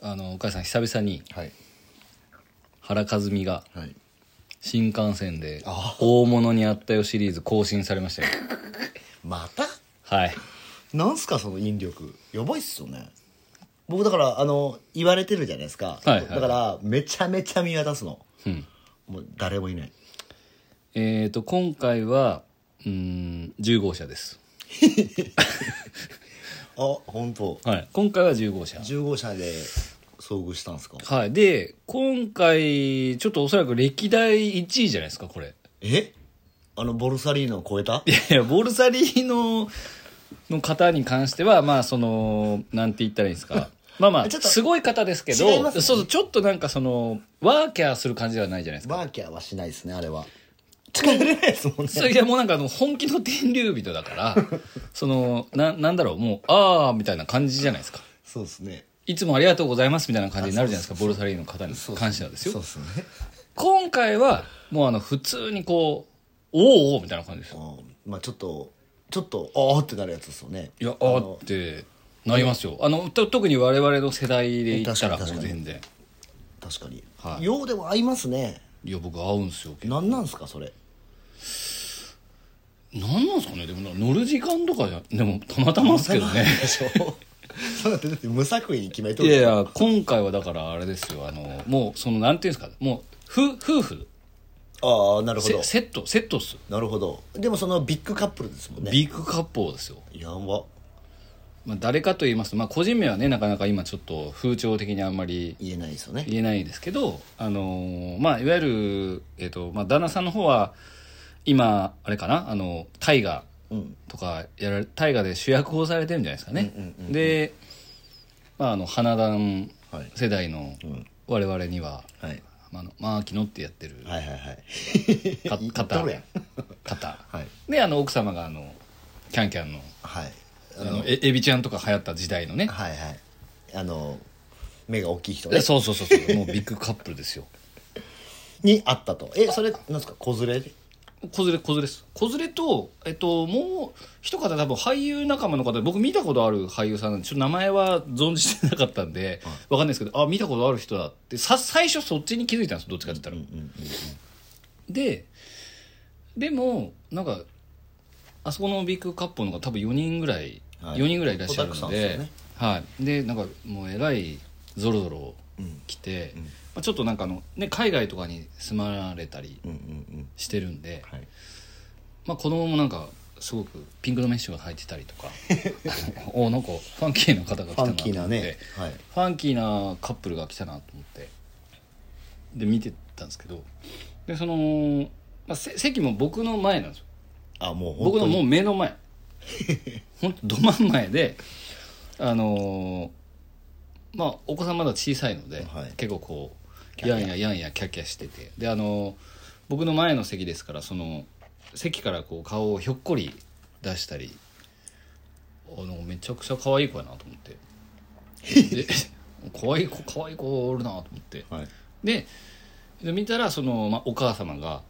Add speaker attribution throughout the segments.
Speaker 1: あのお母さん久々に
Speaker 2: はい
Speaker 1: 原和美が
Speaker 2: はい
Speaker 1: 新幹線で
Speaker 2: あ
Speaker 1: 「大物にあったよ」シリーズ更新されま したよ
Speaker 2: また
Speaker 1: はい
Speaker 2: なんすかその引力やばいっすよね僕だからあの言われてるじゃないですか、
Speaker 1: はいはい
Speaker 2: だからめちゃめちゃ見渡すの、もう誰もいない
Speaker 1: えっ、と今回はうーん10号車です
Speaker 2: あ本当。
Speaker 1: はい今回は10号車
Speaker 2: 10号車で遭遇したんですか
Speaker 1: はいで今回ちょっとおそらく歴代1位じゃないですかこれ
Speaker 2: えあのボルサリーノを超えた
Speaker 1: いやいやボルサリーノの方に関してはまあそのなんて言ったらいいんです かまあまあ
Speaker 2: ちょっと
Speaker 1: すごい方ですけど
Speaker 2: 違いますね
Speaker 1: そうそうちょっとなんかそのワーキャーする感じではないじゃないですか
Speaker 2: バーキャーはしないですねあれは近寄れないです もんね
Speaker 1: それいやもうなんかあの本気の天竜人だからそのななんだろうもうああみたいな感じじゃないですか
Speaker 2: そうですね
Speaker 1: いつもありがとうございますみたいな感じになるじゃないですかボルサリーノの方に関してはです
Speaker 2: そう
Speaker 1: よ
Speaker 2: ですね
Speaker 1: 今回はもうあの普通にこうおーおーみたいな感じですよ
Speaker 2: うんまあちょっとちょっとああってなるやつですよね
Speaker 1: いや
Speaker 2: あ
Speaker 1: あ
Speaker 2: の
Speaker 1: ーってなりますよあのと特に我々の世代で言ったらも
Speaker 2: 確かに確
Speaker 1: う
Speaker 2: か
Speaker 1: 全
Speaker 2: に
Speaker 1: 然
Speaker 2: 確かに、
Speaker 1: はい
Speaker 2: ようでも合いますね
Speaker 1: いや僕合うんすよ結構
Speaker 2: なんなんすかそれ
Speaker 1: なんなんすかねでもなんか乗る時間とかじゃでもたまたまですけどね
Speaker 2: でしょそうだってだって無作為に決めと
Speaker 1: い
Speaker 2: る
Speaker 1: やいや今回はだからあれですよあのもうそのなんていうんですかもう夫夫婦
Speaker 2: ああなるほ
Speaker 1: セ
Speaker 2: ど
Speaker 1: セットセットっすよ
Speaker 2: なるほどでもそのビッグカップルですもんね
Speaker 1: ビッグカップルですよ、
Speaker 2: やば
Speaker 1: まあ、誰かと言いますと、まあ、個人名はねなかなか今ちょっと風潮的にあんまり
Speaker 2: 言えないですよね
Speaker 1: 言えないですけどあのーまあいわゆる、えっとまあ、旦那さんの方は今あれかなあの大河
Speaker 2: うん
Speaker 1: とかやられ大河で主役をされてるんじゃないですかね、で、まあ、あの花壇
Speaker 2: はい
Speaker 1: 世代の
Speaker 2: うん
Speaker 1: 我々には、
Speaker 2: はい
Speaker 1: まああのマーキノってやってる
Speaker 2: はいはい はい
Speaker 1: か
Speaker 2: 言っ
Speaker 1: 方
Speaker 2: とるやん
Speaker 1: 方
Speaker 2: はい
Speaker 1: であの奥様があのキャンキャンの
Speaker 2: はいあ
Speaker 1: あ
Speaker 2: の
Speaker 1: のえエビちゃんとか流行った時代のね
Speaker 2: はいはいあの目が大きい人
Speaker 1: え
Speaker 2: ね
Speaker 1: そうそうそうそうもうビッグカップルですよ
Speaker 2: にあったとえそれなんですか子連れで
Speaker 1: 子連れ子連れです子連れと、えっと、もう一方多分俳優仲間の方で僕見たことある俳優さんなんでちょっと名前は存じてなかったんで、わかんないですけどあ見たことある人だってさ最初そっちに気づいたんですどっちかって言ったら、ででもなんかあそこのビッグカップルの方多分4人ぐらい、
Speaker 2: はい
Speaker 1: 4人ぐらいいらっしゃるの
Speaker 2: 子だくさんです
Speaker 1: で
Speaker 2: よね
Speaker 1: はい、でなんかもうえらいゾロゾロ来て、まあ、ちょっとなんかあの、ね、海外とかに住まわれたり
Speaker 2: うんうんうん
Speaker 1: してるんで、
Speaker 2: はい
Speaker 1: まあ、子供もなんかすごくピンクのメッシュが入ってたりと かおなんかファンキーな方が来
Speaker 2: フ
Speaker 1: たなと思
Speaker 2: ァン
Speaker 1: って
Speaker 2: キーなねはい
Speaker 1: ファンキーなカップルが来たなと思ってで見てたんですけどでその、まあ、せ席も僕の前なんですよ
Speaker 2: あもう本
Speaker 1: 僕
Speaker 2: 当
Speaker 1: のもう
Speaker 2: に
Speaker 1: 目の 前ほんとど真ん前であのーまあお子さんまだ小さいので、
Speaker 2: はい
Speaker 1: 結構こう
Speaker 2: キャ
Speaker 1: や
Speaker 2: ッキャ
Speaker 1: んややんやキャッキャしててであのー僕の前の席ですからその席からこう顔をひょっこり出したりあのめちゃくちゃ可愛い子やなと思 ってで 可愛い子可愛い子おるなと思って
Speaker 2: はい
Speaker 1: でで見たらその、まあ、お母様が、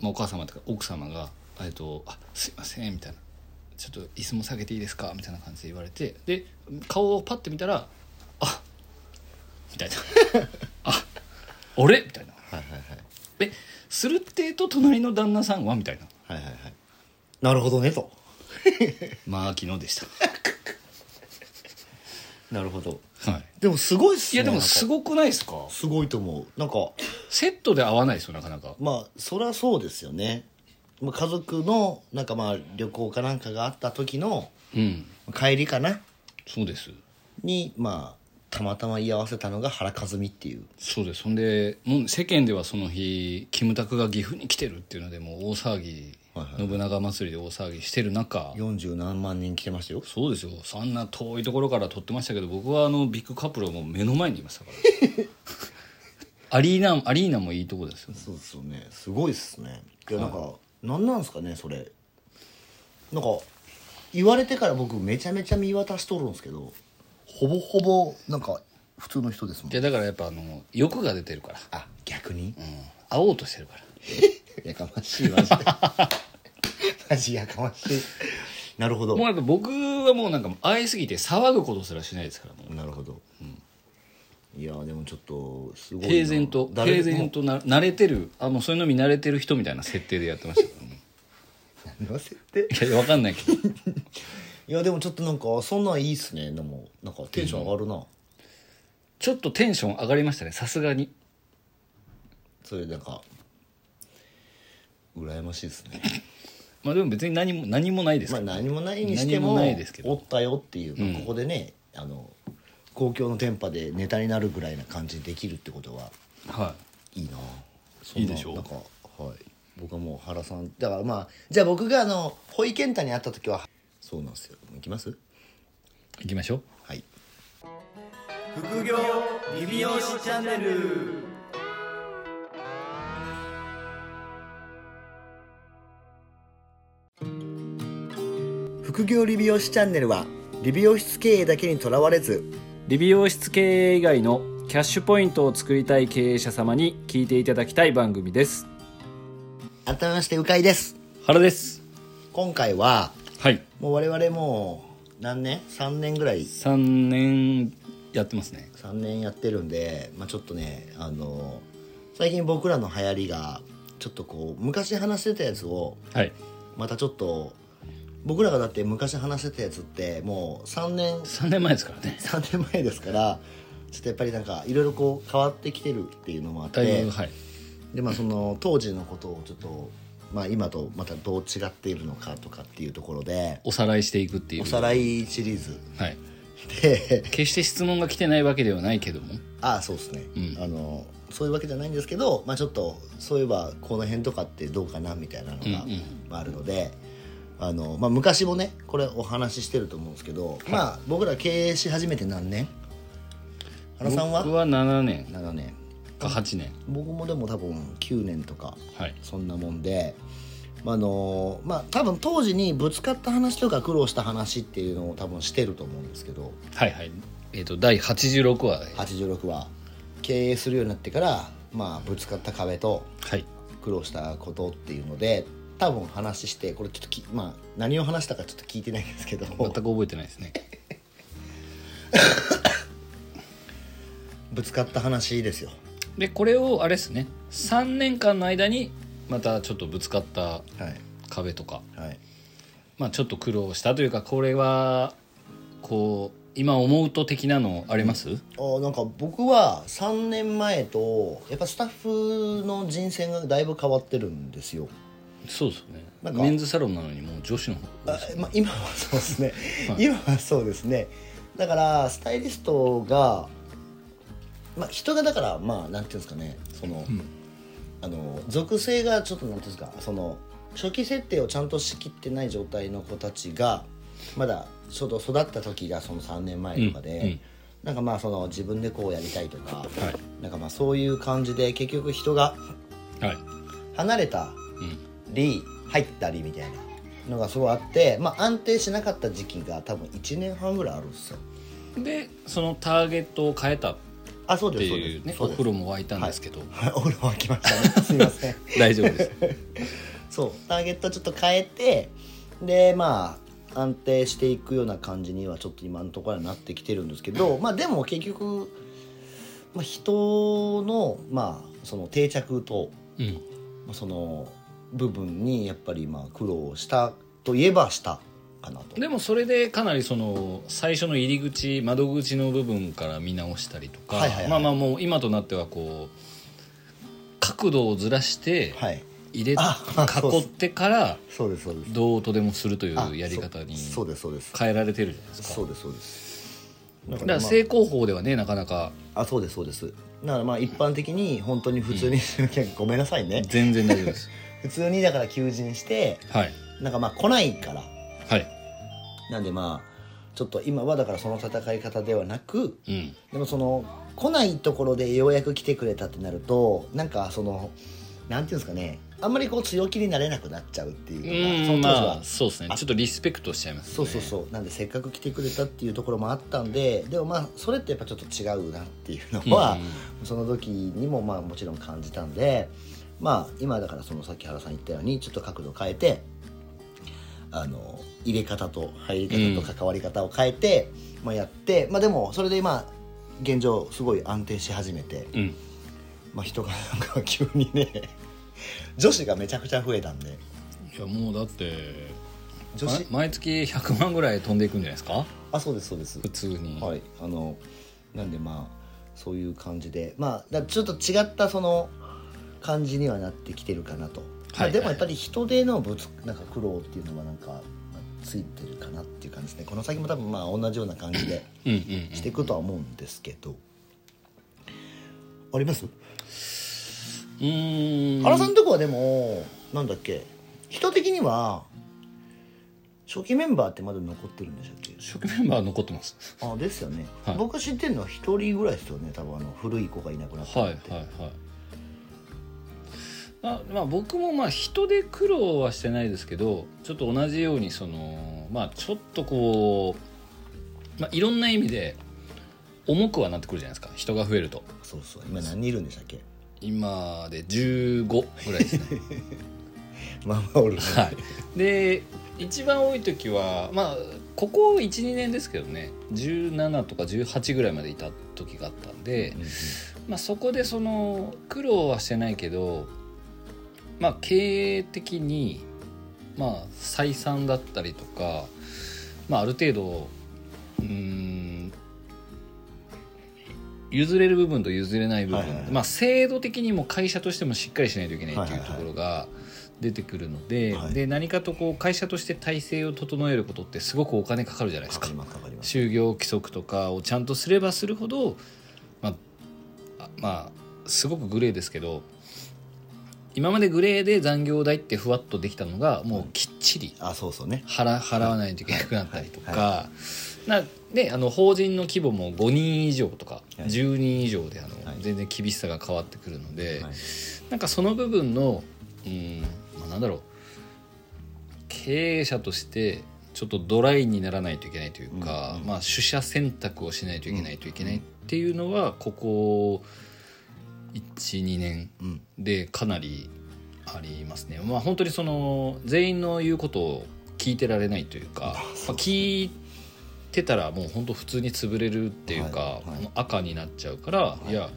Speaker 1: まあ、お母様というか奥様が「えっと、あすいません」みたいな「ちょっと椅子も下げていいですか?」みたいな感じで言われてで顔をパッて見たら「あみたいな「あ俺?」みたいな
Speaker 2: はいはいはい
Speaker 1: 「えするってえと隣の旦那さんは?」みたいな
Speaker 2: はいはいはいなるほどねと
Speaker 1: 「まあ昨日でし
Speaker 2: なるほど
Speaker 1: た」はい
Speaker 2: でもすごいっす
Speaker 1: い
Speaker 2: ね
Speaker 1: やでもす
Speaker 2: ご
Speaker 1: ごくないですか
Speaker 2: すごいと思うなんか
Speaker 1: セットで合わないですよなかなか
Speaker 2: まあそりゃそうですよねまあ家族のなんかまあ旅行かなんかがあった時の
Speaker 1: うん
Speaker 2: 帰りかな
Speaker 1: そうです
Speaker 2: にまあたまたま居合わせたのが原和美っていう
Speaker 1: そうですほんでもう世間ではその日キムタクが岐阜に来てるっていうのでもう大騒ぎ、
Speaker 2: はいはい
Speaker 1: 信長祭りで大騒ぎしてる中
Speaker 2: 40何万人来てましたよ
Speaker 1: そうですよそんな遠いところから撮ってましたけど僕はあのビッグカップルをもう目の前にいましたから アリーナアリーナもいいとこですよ
Speaker 2: そうですよねすごいっすねいやなんか、なんなんすかねそれなんか言われてから僕めちゃめちゃ見渡しとるんですけどほぼほぼなんか普通の人ですもん
Speaker 1: いやだからやっぱあの欲が出てるから、
Speaker 2: あ逆に、
Speaker 1: うん、会おうとしてるから
Speaker 2: やかましいマジでマジやかましいなるほど
Speaker 1: もうやっぱ僕はもうなんか会いすぎて騒ぐことすらしないですからもう
Speaker 2: なるほど、いやでもちょっとすごいな
Speaker 1: 平然と
Speaker 2: 誰で
Speaker 1: 平然とな慣れてるあもうそういうのに慣れてる人みたいな設定でやってましたからね
Speaker 2: 何の設定
Speaker 1: いやいやわかんないけど
Speaker 2: いやでもちょっとなんかそんなんいいっすねでもなんかテンション上がるな、
Speaker 1: ちょっとテンション上がりましたねさすがに
Speaker 2: それなんか羨ましいですね
Speaker 1: まあでも別に何も何もないです
Speaker 2: ま
Speaker 1: か
Speaker 2: あ
Speaker 1: ら、
Speaker 2: 何もないにして
Speaker 1: 何も
Speaker 2: も
Speaker 1: ないですけど
Speaker 2: おったよっていう、まあここでねあの公共の電波でネタになるぐらいな感じにできるってことは
Speaker 1: はい
Speaker 2: いいなそんない
Speaker 1: いでしょう
Speaker 2: なんかはい僕はもう原さんだからまあじゃあ僕があの保井健太に会った時はそうなんですよ行きます
Speaker 1: い行きましょう
Speaker 2: はい
Speaker 3: 副業リビオシチャンネル
Speaker 2: 副業理美容師チャンネルは理美容室経営だけにとらわれず
Speaker 4: 理美容室経営以外のキャッシュポイントを作りたい経営者様に聞いていただきたい番組です
Speaker 2: 改めましてうかいです
Speaker 1: 原です
Speaker 2: 今回は
Speaker 1: はい
Speaker 2: もう我々もう何年3年ぐらい
Speaker 1: 3年やってますね
Speaker 2: 3年やってるんで、まあ、ちょっとねあの最近僕らの流行りがちょっとこう昔話してたやつを
Speaker 1: はい
Speaker 2: またちょっと僕らがだって昔話してたやつってもう3年
Speaker 1: 3年前ですからね
Speaker 2: 3年前ですからちょっとやっぱりなんかいろいろこう変わってきてるっていうのもあっ
Speaker 1: だい
Speaker 2: て
Speaker 1: ぶはい
Speaker 2: でまあその当時のことをちょっと、まあ、今とまたどう違っているのかとかっていうところで
Speaker 1: おさらいしていくっていう
Speaker 2: おさらいシリーズ
Speaker 1: はい
Speaker 2: で
Speaker 1: 決して質問が来てないわけではないけども
Speaker 2: ああそうですね、
Speaker 1: うん
Speaker 2: あのそういうわけじゃないんですけど、まあ、ちょっとそういえばこの辺とかってどうかなみたいなのが、
Speaker 1: うんうん
Speaker 2: まあ、あるのであの、まあ、昔もねこれお話ししてると思うんですけど、まあ僕ら経営し始めて何年原さんは
Speaker 1: 僕は7年
Speaker 2: 7年
Speaker 1: か8年
Speaker 2: 僕もでも多分9年とか
Speaker 1: はい
Speaker 2: そんなもんで。まああのまあ、多分当時にぶつかった話とか苦労した話っていうのを多分してると思うんですけど
Speaker 1: はいはいえっ、と第86話
Speaker 2: 86は経営するようになってから、まあ、ぶつかった壁と
Speaker 1: はい
Speaker 2: 苦労したことっていうので多分話してこれちょっとき、まあ、何を話したかちょっと聞いてないんですけど
Speaker 1: 全く覚えてないですね
Speaker 2: ぶつかった話ですよ
Speaker 1: でこれをあれですね3年間の間にまたちょっとぶつかった
Speaker 2: はい
Speaker 1: 壁とか
Speaker 2: はい
Speaker 1: まあちょっと苦労したというかこれはこう今思うと的なのあります、
Speaker 2: あーなんか僕は3年前とやっぱスタッフの人選がだいぶ変わってるんですよ
Speaker 1: そうですよね
Speaker 2: なんか
Speaker 1: メンズサロンなのにもう女子の方
Speaker 2: あまあ、今はそうですね、今はそうですねだからスタイリストが、まあ、人がだからまあなんていうんですかねその、あの属性がちょっとなんていうんですかその初期設定をちゃんと仕切ってない状態の子たちがまだちょっと育った時がその3年前とかで、
Speaker 1: うんうん
Speaker 2: なんかまあその自分でこうやりたいとか、
Speaker 1: は
Speaker 2: なんかまあそういう感じで結局人が
Speaker 1: いはい
Speaker 2: 離れた
Speaker 1: うん
Speaker 2: り入ったりみたいなのがすごいあって、まあ、安定しなかった時期が多分1年半ぐらいあるんですよ
Speaker 1: でそのターゲットを変えたっ
Speaker 2: あそう
Speaker 1: て
Speaker 2: ですそう
Speaker 1: い
Speaker 2: で
Speaker 1: う
Speaker 2: す
Speaker 1: ね
Speaker 2: そ
Speaker 1: お
Speaker 2: うです
Speaker 1: 風呂も沸いたんですけど、
Speaker 2: はい お風呂沸き ましたねすいません
Speaker 1: 大丈夫です
Speaker 2: そうターゲットちょっと変えてでまあ安定していくような感じにはちょっと今のところはなってきてるんですけどまあでも結局、まあ、人のまあその定着と
Speaker 1: うん
Speaker 2: まあその部分にやっぱりまあ苦労したといえばしたかなと
Speaker 1: でもそれでかなりその最初の入り口窓口の部分から見直したりとか、
Speaker 2: はいはいはい
Speaker 1: まあまあもう今となってはこう角度をずらして
Speaker 2: はい
Speaker 1: 入れ、
Speaker 2: あそ
Speaker 1: 囲
Speaker 2: うで
Speaker 1: っ
Speaker 2: す
Speaker 1: てから
Speaker 2: そうですそうです
Speaker 1: どうとでもするとい
Speaker 2: あ
Speaker 1: うやり方に
Speaker 2: そそうですそうです
Speaker 1: 変えられてるじゃないですか
Speaker 2: そうですそうですだ
Speaker 1: だ
Speaker 2: か
Speaker 1: から
Speaker 2: ら、
Speaker 1: 正攻法ではねなかなか
Speaker 2: あ、そうですそうですだからまあ一般的に本当に普通に、 ごめんなさいね
Speaker 1: 全然大丈夫です
Speaker 2: 普通にだから求人して
Speaker 1: はい
Speaker 2: なんかまあ来ないから
Speaker 1: はい
Speaker 2: なんでまあちょっと今はだからその戦い方ではなく
Speaker 1: うん
Speaker 2: でもその来ないところでようやく来てくれたってなるとなんかそのなんていうんですかねあんまりこう強気になれなくなっちゃうっていう
Speaker 1: う
Speaker 2: のが
Speaker 1: ーん
Speaker 2: その当時は
Speaker 1: まあそうですねちょっとリスペクトしちゃいますね
Speaker 2: そうそうそうなんでせっかく来てくれたっていうところもあったんででもまあそれってやっぱちょっと違うなっていうのは
Speaker 1: うん、
Speaker 2: その時にもまあもちろん感じたんでまあ今だからそのさっき原さん言ったようにちょっと角度を変えてあの入れ方と入り方と関わり方を変えて、まあ、やってまあでもそれでまあ現状すごい安定し始めて、
Speaker 1: うん
Speaker 2: まあ、人がなんか急にね女子がめちゃくちゃ増えたんで
Speaker 1: いやもうだって
Speaker 2: 女子
Speaker 1: ま毎月100万ぐらい飛んでいくんじゃないですか
Speaker 2: あそうですそうです
Speaker 1: 普通に、
Speaker 2: はいあのなんでまあそういう感じでまあだちょっと違ったその感じにはなってきてるかなと、まあ
Speaker 1: はい
Speaker 2: でもやっぱり人でのぶつなんか苦労っていうのはなんか、まあついてるかなっていう感じですねこの先も多分まあ同じような感じで
Speaker 1: うんうんうん
Speaker 2: していくとは思うんですけど、あります
Speaker 1: うーん
Speaker 2: 原さんのとこはでもなんだっけ人的には初期メンバーってまだ残ってるんでしたっけ
Speaker 1: 初期メンバー残ってます
Speaker 2: あですよね、
Speaker 1: はい
Speaker 2: 僕知ってるのは一人ぐらいですよね多分あの古い子がいなくなった
Speaker 1: はいはいはいあまあ、僕もまあ人で苦労はしてないですけどちょっと同じようにその、まあ、ちょっとこう、まあ、いろんな意味で重くはなってくるじゃないですか人が増えると
Speaker 2: そうそう今何人いるんでしたっけ
Speaker 1: 今で15ぐらいです ね
Speaker 2: まあまあおるね
Speaker 1: はい、で一番多い時はまあここ12年ですけどね17とか18ぐらいまでいた時があったんで、まあ、そこでその苦労はしてないけど、まあ、経営的に、まあ、採算だったりとか、まあ、ある程度うーん譲れる部分と譲れない部分、
Speaker 2: はいはいはい
Speaker 1: まあ、制度的にも会社としてもしっかりしないといけないって
Speaker 2: はいいうはい
Speaker 1: と
Speaker 2: はい
Speaker 1: ころが出てくるので,、
Speaker 2: はい
Speaker 1: で何かとこう会社として体制を整えることってすごくお金かかるじゃないで
Speaker 2: か
Speaker 1: す
Speaker 2: か
Speaker 1: か
Speaker 2: り。ますかかります
Speaker 1: 就業規則とかをちゃんとすればするほどまああまあすごくグレーですけど今までグレーで残業代ってふわっとできたのがもうきっちり
Speaker 2: あそうそうね
Speaker 1: 払払わないといけなくなったりと
Speaker 2: はい
Speaker 1: か、なであの法人の規模も5人以上とか
Speaker 2: はい
Speaker 1: 10人以上であの
Speaker 2: はい
Speaker 1: 全然厳しさが変わってくるので、
Speaker 2: はい
Speaker 1: なんかその部分のうん、まあ、なんだろう経営者としてちょっとドライにならないといけないというか、
Speaker 2: うんうん
Speaker 1: まあ、取捨選択をしないといけないといけないっていうのはここ12年
Speaker 2: うん
Speaker 1: でかなりありますね。まあ本当にその全員の言うことを聞いてられないというか、まあ、聞いてたらもう本当普通に潰れるっていうか、
Speaker 2: はいはい
Speaker 1: もう赤になっちゃうから、い、や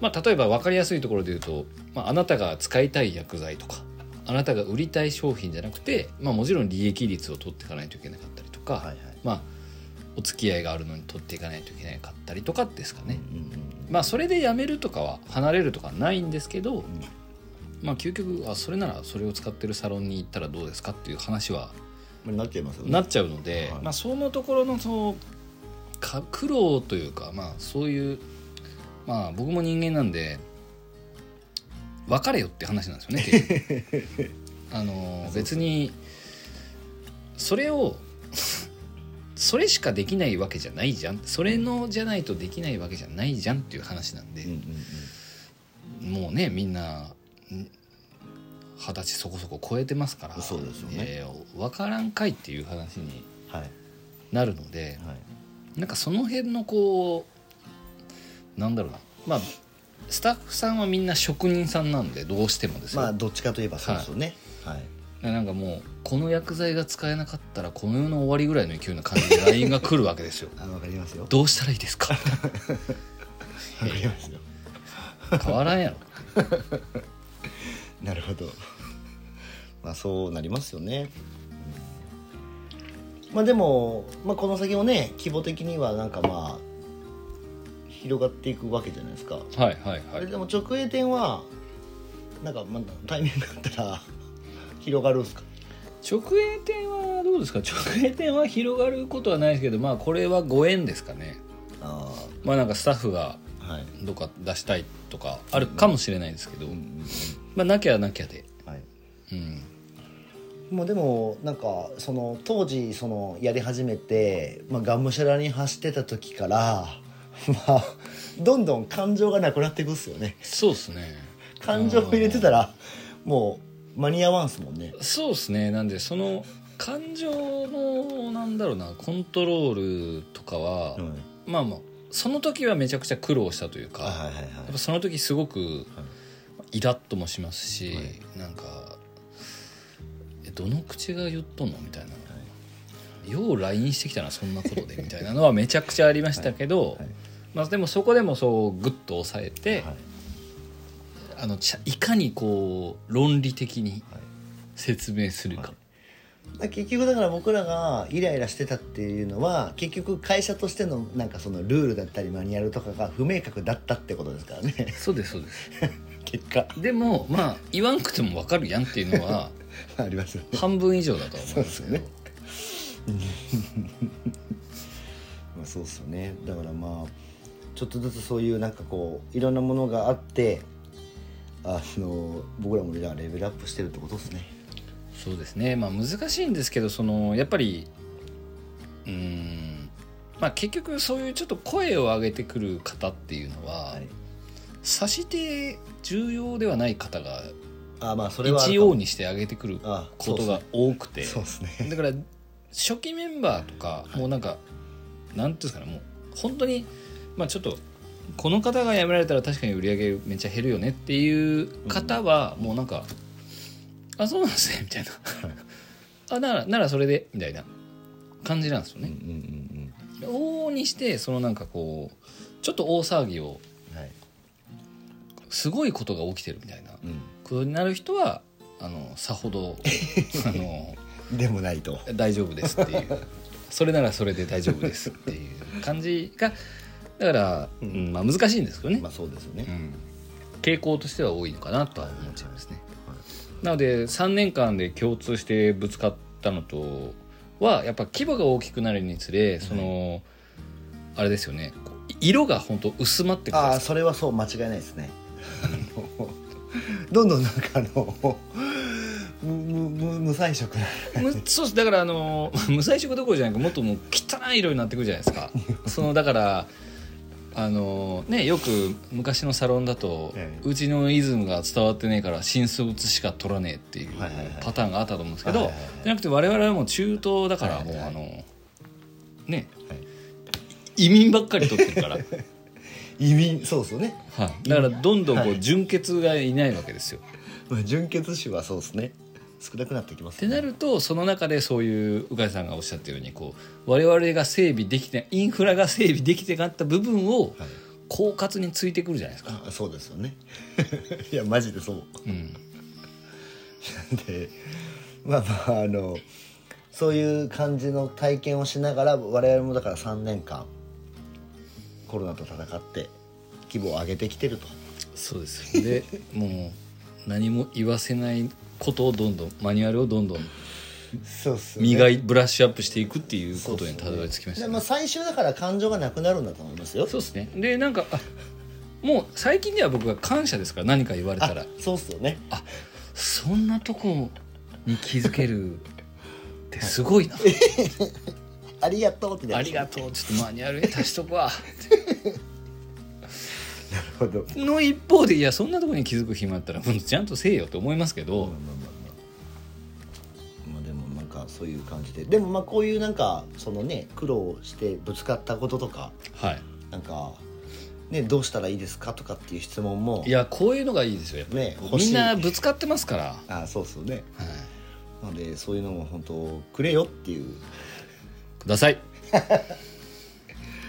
Speaker 1: まあ例えば分かりやすいところで言うと、まあ、あなたが使いたい薬剤とかあなたが売りたい商品じゃなくて、まあ、もちろん利益率を取っていかないといけなかったりとか、
Speaker 2: はいはい
Speaker 1: まあお付き合いがあるのに取っていかないといけなかったりとかですかね。
Speaker 2: うんうんうん
Speaker 1: まあそれで辞めるとかは離れるとかはないんですけど、
Speaker 2: ん
Speaker 1: まあ究極あそれならそれを使ってるサロンに行ったらどうですかっていう話は
Speaker 2: まあなっちゃいますよね
Speaker 1: なっちゃうので、
Speaker 2: はい
Speaker 1: まあそのところのそのか苦労というかまあそういうまあ僕も人間なんで別れよって話なんですよ ね結局あの別にそれをそれしかできないわけじゃないじゃんそれのじゃないとできないわけじゃないじゃんっていう話なんで、
Speaker 2: うんうんうん
Speaker 1: もうねみんなん二十歳そこそこ超えてますから
Speaker 2: そうですよね
Speaker 1: えー分からんかいっていう話に
Speaker 2: はい
Speaker 1: なるので
Speaker 2: はい
Speaker 1: なんかその辺のこうなんだろうなまあスタッフさんはみんな職人さんなんでどうしてもですよ、
Speaker 2: まあどっちかといえばそうですよねはい
Speaker 1: なんかもうこの薬剤が使えなかったらこの世の終わりぐらいの勢いな感じで LINE が来るわけですよ
Speaker 2: あわかりますよ
Speaker 1: どうしたらいいですか
Speaker 2: わかりますよ
Speaker 1: 変わらんやろ
Speaker 2: なるほどまあそうなりますよね、うんまあでも、まあ、この先もね規模的にはなんかまあ広がっていくわけじゃないですか、
Speaker 1: はいはい
Speaker 2: あ
Speaker 1: は
Speaker 2: れ
Speaker 1: い
Speaker 2: でも直営店はなんかまあタイミングがあったら 広がるんすか
Speaker 1: 直営店はどうですか直営店は広がることはないですけどまあこれはご縁ですかね
Speaker 2: あ
Speaker 1: まあなんかスタッフが
Speaker 2: あはい、
Speaker 1: どっか出したいとかあるかもしれないですけど、
Speaker 2: うん
Speaker 1: まあなきゃなきゃで、
Speaker 2: はい、
Speaker 1: うん、
Speaker 2: もうでもなんかその当時そのやり始めて、まあ、がむしゃらに走ってた時から まあどんどん感情がなくなっていくっすよね
Speaker 1: そうですね
Speaker 2: 感情を入れてたらもう間に合わんっすもんね
Speaker 1: そうですねなんでその感情のなんだろうなコントロールとかは、
Speaker 2: はい
Speaker 1: まあまあその時はめちゃくちゃ苦労したというか、
Speaker 2: はいはいは
Speaker 1: やっぱその時すごくイラッともしますし、
Speaker 2: は
Speaker 1: なんかえどの口が言っとんのみたいな、 よう LINE してきたなそんなことでみたいなのはめちゃくちゃありましたけど、
Speaker 2: いはい
Speaker 1: まあ、でもそこでもそうグッと抑えて、
Speaker 2: はい
Speaker 1: あのちゃいかにこう論理的に
Speaker 2: はい
Speaker 1: 説明するか、
Speaker 2: 結局だから僕らがイライラしてたっていうのは結局会社としてのなんかそのルールだったりマニュアルとかが不明確だったってことですからね
Speaker 1: そうですそうです
Speaker 2: 結果
Speaker 1: でもまあ言わんくても分かるやんっていうの は
Speaker 2: ありますよね
Speaker 1: 半分以上だとは思
Speaker 2: そううんで
Speaker 1: ですす
Speaker 2: よ
Speaker 1: けど
Speaker 2: ねまあそうですよねだからまあちょっとずつそういうなんかこういろんなものがあってあの僕らもねだからレベルアップしてるってことですね
Speaker 1: そうですねまあ難しいんですけどそのやっぱりうーんまあ結局そういうちょっと声を上げてくる方っていうのは、
Speaker 2: はい
Speaker 1: 差し手重要ではない方が
Speaker 2: あまあそれはある
Speaker 1: 一
Speaker 2: かも
Speaker 1: 応にして上げてくる
Speaker 2: あ
Speaker 1: こ
Speaker 2: そう
Speaker 1: と
Speaker 2: っすね
Speaker 1: が多くて
Speaker 2: そうですね
Speaker 1: だから初期メンバーとか、もうなんかなんていうんですかねもう本当にまあちょっとこの方が辞められたら確かに売り上げめっちゃ減るよねっていう方は、もうなんか「あそうなんですね」みたいな「あならならそれで」みたいな感じなんですよ
Speaker 2: うん
Speaker 1: ね。
Speaker 2: うんうん
Speaker 1: 往々にしてそのなんかこうちょっと大騒ぎを
Speaker 2: うんはい
Speaker 1: すごいことが起きてるみたいな
Speaker 2: う
Speaker 1: ことになる人はあのさほどあの。
Speaker 2: んでもないと
Speaker 1: 大丈夫ですっていう それならそれで大丈夫ですっていう感じがだから、
Speaker 2: うん
Speaker 1: うんまあ、難しいんですけどね、
Speaker 2: まあそうですよ
Speaker 1: う
Speaker 2: ね
Speaker 1: ん、傾向としては多いのかなとは思っちゃいますね。なので3年間で共通してぶつかったのとはやっぱ規模が大きくなるにつれその、あれですよねこう色が本当薄まってくるん
Speaker 2: あ
Speaker 1: で
Speaker 2: あ
Speaker 1: す
Speaker 2: それはそう間違いないですねあのどんどんなんかあのむむむ無彩色な
Speaker 1: むそうですだからあの 無彩色どころじゃなくもっともう汚い色になってくるじゃないです かそのだからあのねよく昔のサロンだと、
Speaker 2: ええ
Speaker 1: うちのイズムが伝わってねえから新素物しか取らねえっていう
Speaker 2: はいはいはい
Speaker 1: パターンがあったと思うんですけど、
Speaker 2: はいはいはい
Speaker 1: じゃなくて我々はもう中東だから
Speaker 2: はい
Speaker 1: も
Speaker 2: は
Speaker 1: う
Speaker 2: いは
Speaker 1: あ
Speaker 2: い
Speaker 1: の、ね、
Speaker 2: は
Speaker 1: 移民ばっかり取ってるから、 はい、
Speaker 2: 移民そうですよね、
Speaker 1: だからどんどんこ
Speaker 2: は
Speaker 1: う純血がいないわけですよ。
Speaker 2: まあ、純血種はそうですね少なくなってきま
Speaker 1: っ
Speaker 2: す
Speaker 1: て
Speaker 2: ね
Speaker 1: なるとその中でそういう鵜飼さんがおっしゃったようにこう我々が整備できてインフラが整備できてなかった部分を
Speaker 2: はい
Speaker 1: 狡猾についてくるじゃないですか。
Speaker 2: あそうですよね いやマジでそう
Speaker 1: うん
Speaker 2: でまあまああのそういう感じの体験をしながら我々もだから3年間コロナと戦って規模を上げてきてると
Speaker 1: そうです でもう何も言わせないことをどんどんマニュアルをどんどん
Speaker 2: そうっす
Speaker 1: 磨いブラッシュアップしていくっていうことにたどり着きました
Speaker 2: でま
Speaker 1: ね
Speaker 2: あ、最終だから感情がなくなるんだと思いますよ
Speaker 1: そうですねでなんかあもう最近では僕は感謝ですから何か言われた
Speaker 2: あ
Speaker 1: ら
Speaker 2: そうっすよね
Speaker 1: そんなとこに気づけるってすごいな。
Speaker 2: ありがとうって
Speaker 1: ありがとうちょっとマニュア ルに足しとくわ
Speaker 2: うなるほど
Speaker 1: の一方でいやそんなところに気づく暇あったらもうちゃんとせえよと思いますけど、
Speaker 2: まあまあまあまあまあでもなんかそういう感じででもまあこういうなんかそのね苦労してぶつかったこととか
Speaker 1: はい
Speaker 2: なんかねどうしたらいいですかとかっていう質問も
Speaker 1: いやこういうのがいいですよやっぱり、
Speaker 2: ね欲しい
Speaker 1: みんなぶつかってますから、は
Speaker 2: あそうっすよね
Speaker 1: い、
Speaker 2: なのでそういうのも本当くれよっていう
Speaker 1: くださ い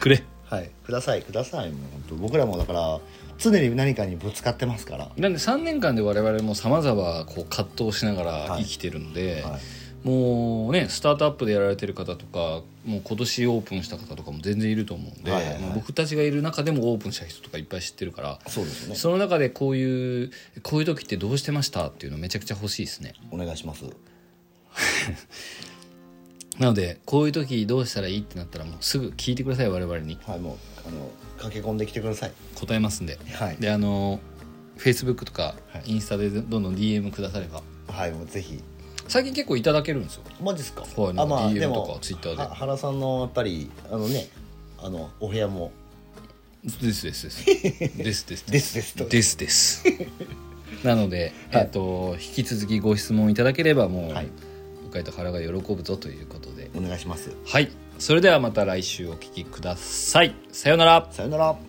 Speaker 1: くれ
Speaker 2: はいくださいくださいもう本当僕らもだから常に何かにぶつかってますから
Speaker 1: なんで3年間で我々もさまざま葛藤しながら生きてるので、
Speaker 2: はい
Speaker 1: もうねスタートアップでやられてる方とかもう今年オープンした方とかも全然いると思うんで、
Speaker 2: はいはいはい
Speaker 1: まあ僕たちがいる中でもオープンした人とかいっぱい知ってるから
Speaker 2: そうですね
Speaker 1: その中でこういうこういう時ってどうしてましたっていうのめちゃくちゃ欲しいですね
Speaker 2: お願いします
Speaker 1: なのでこういう時どうしたらいいってなったらもうすぐ聞いてください我々に
Speaker 2: はいもうあの駆け込んできてください
Speaker 1: 答えますんで
Speaker 2: はい
Speaker 1: であの Facebook とか
Speaker 2: はい
Speaker 1: インスタでどんどん DM くだされば
Speaker 2: はいもうぜひ
Speaker 1: 最近結構いただけるんですよ
Speaker 2: マジっすか
Speaker 1: はいなんか DM とか Twitter で
Speaker 2: は原さんのやっぱりあのねあのお部屋も
Speaker 1: です ですですですです
Speaker 2: ですですと
Speaker 1: ですですなので、えっと引き続きご質問いただければもう、
Speaker 2: はい
Speaker 1: 鵜飼と原が喜ぶぞということで
Speaker 2: お願いします
Speaker 1: はいそれではまた来週お聞きくださいさようなら
Speaker 2: さよなら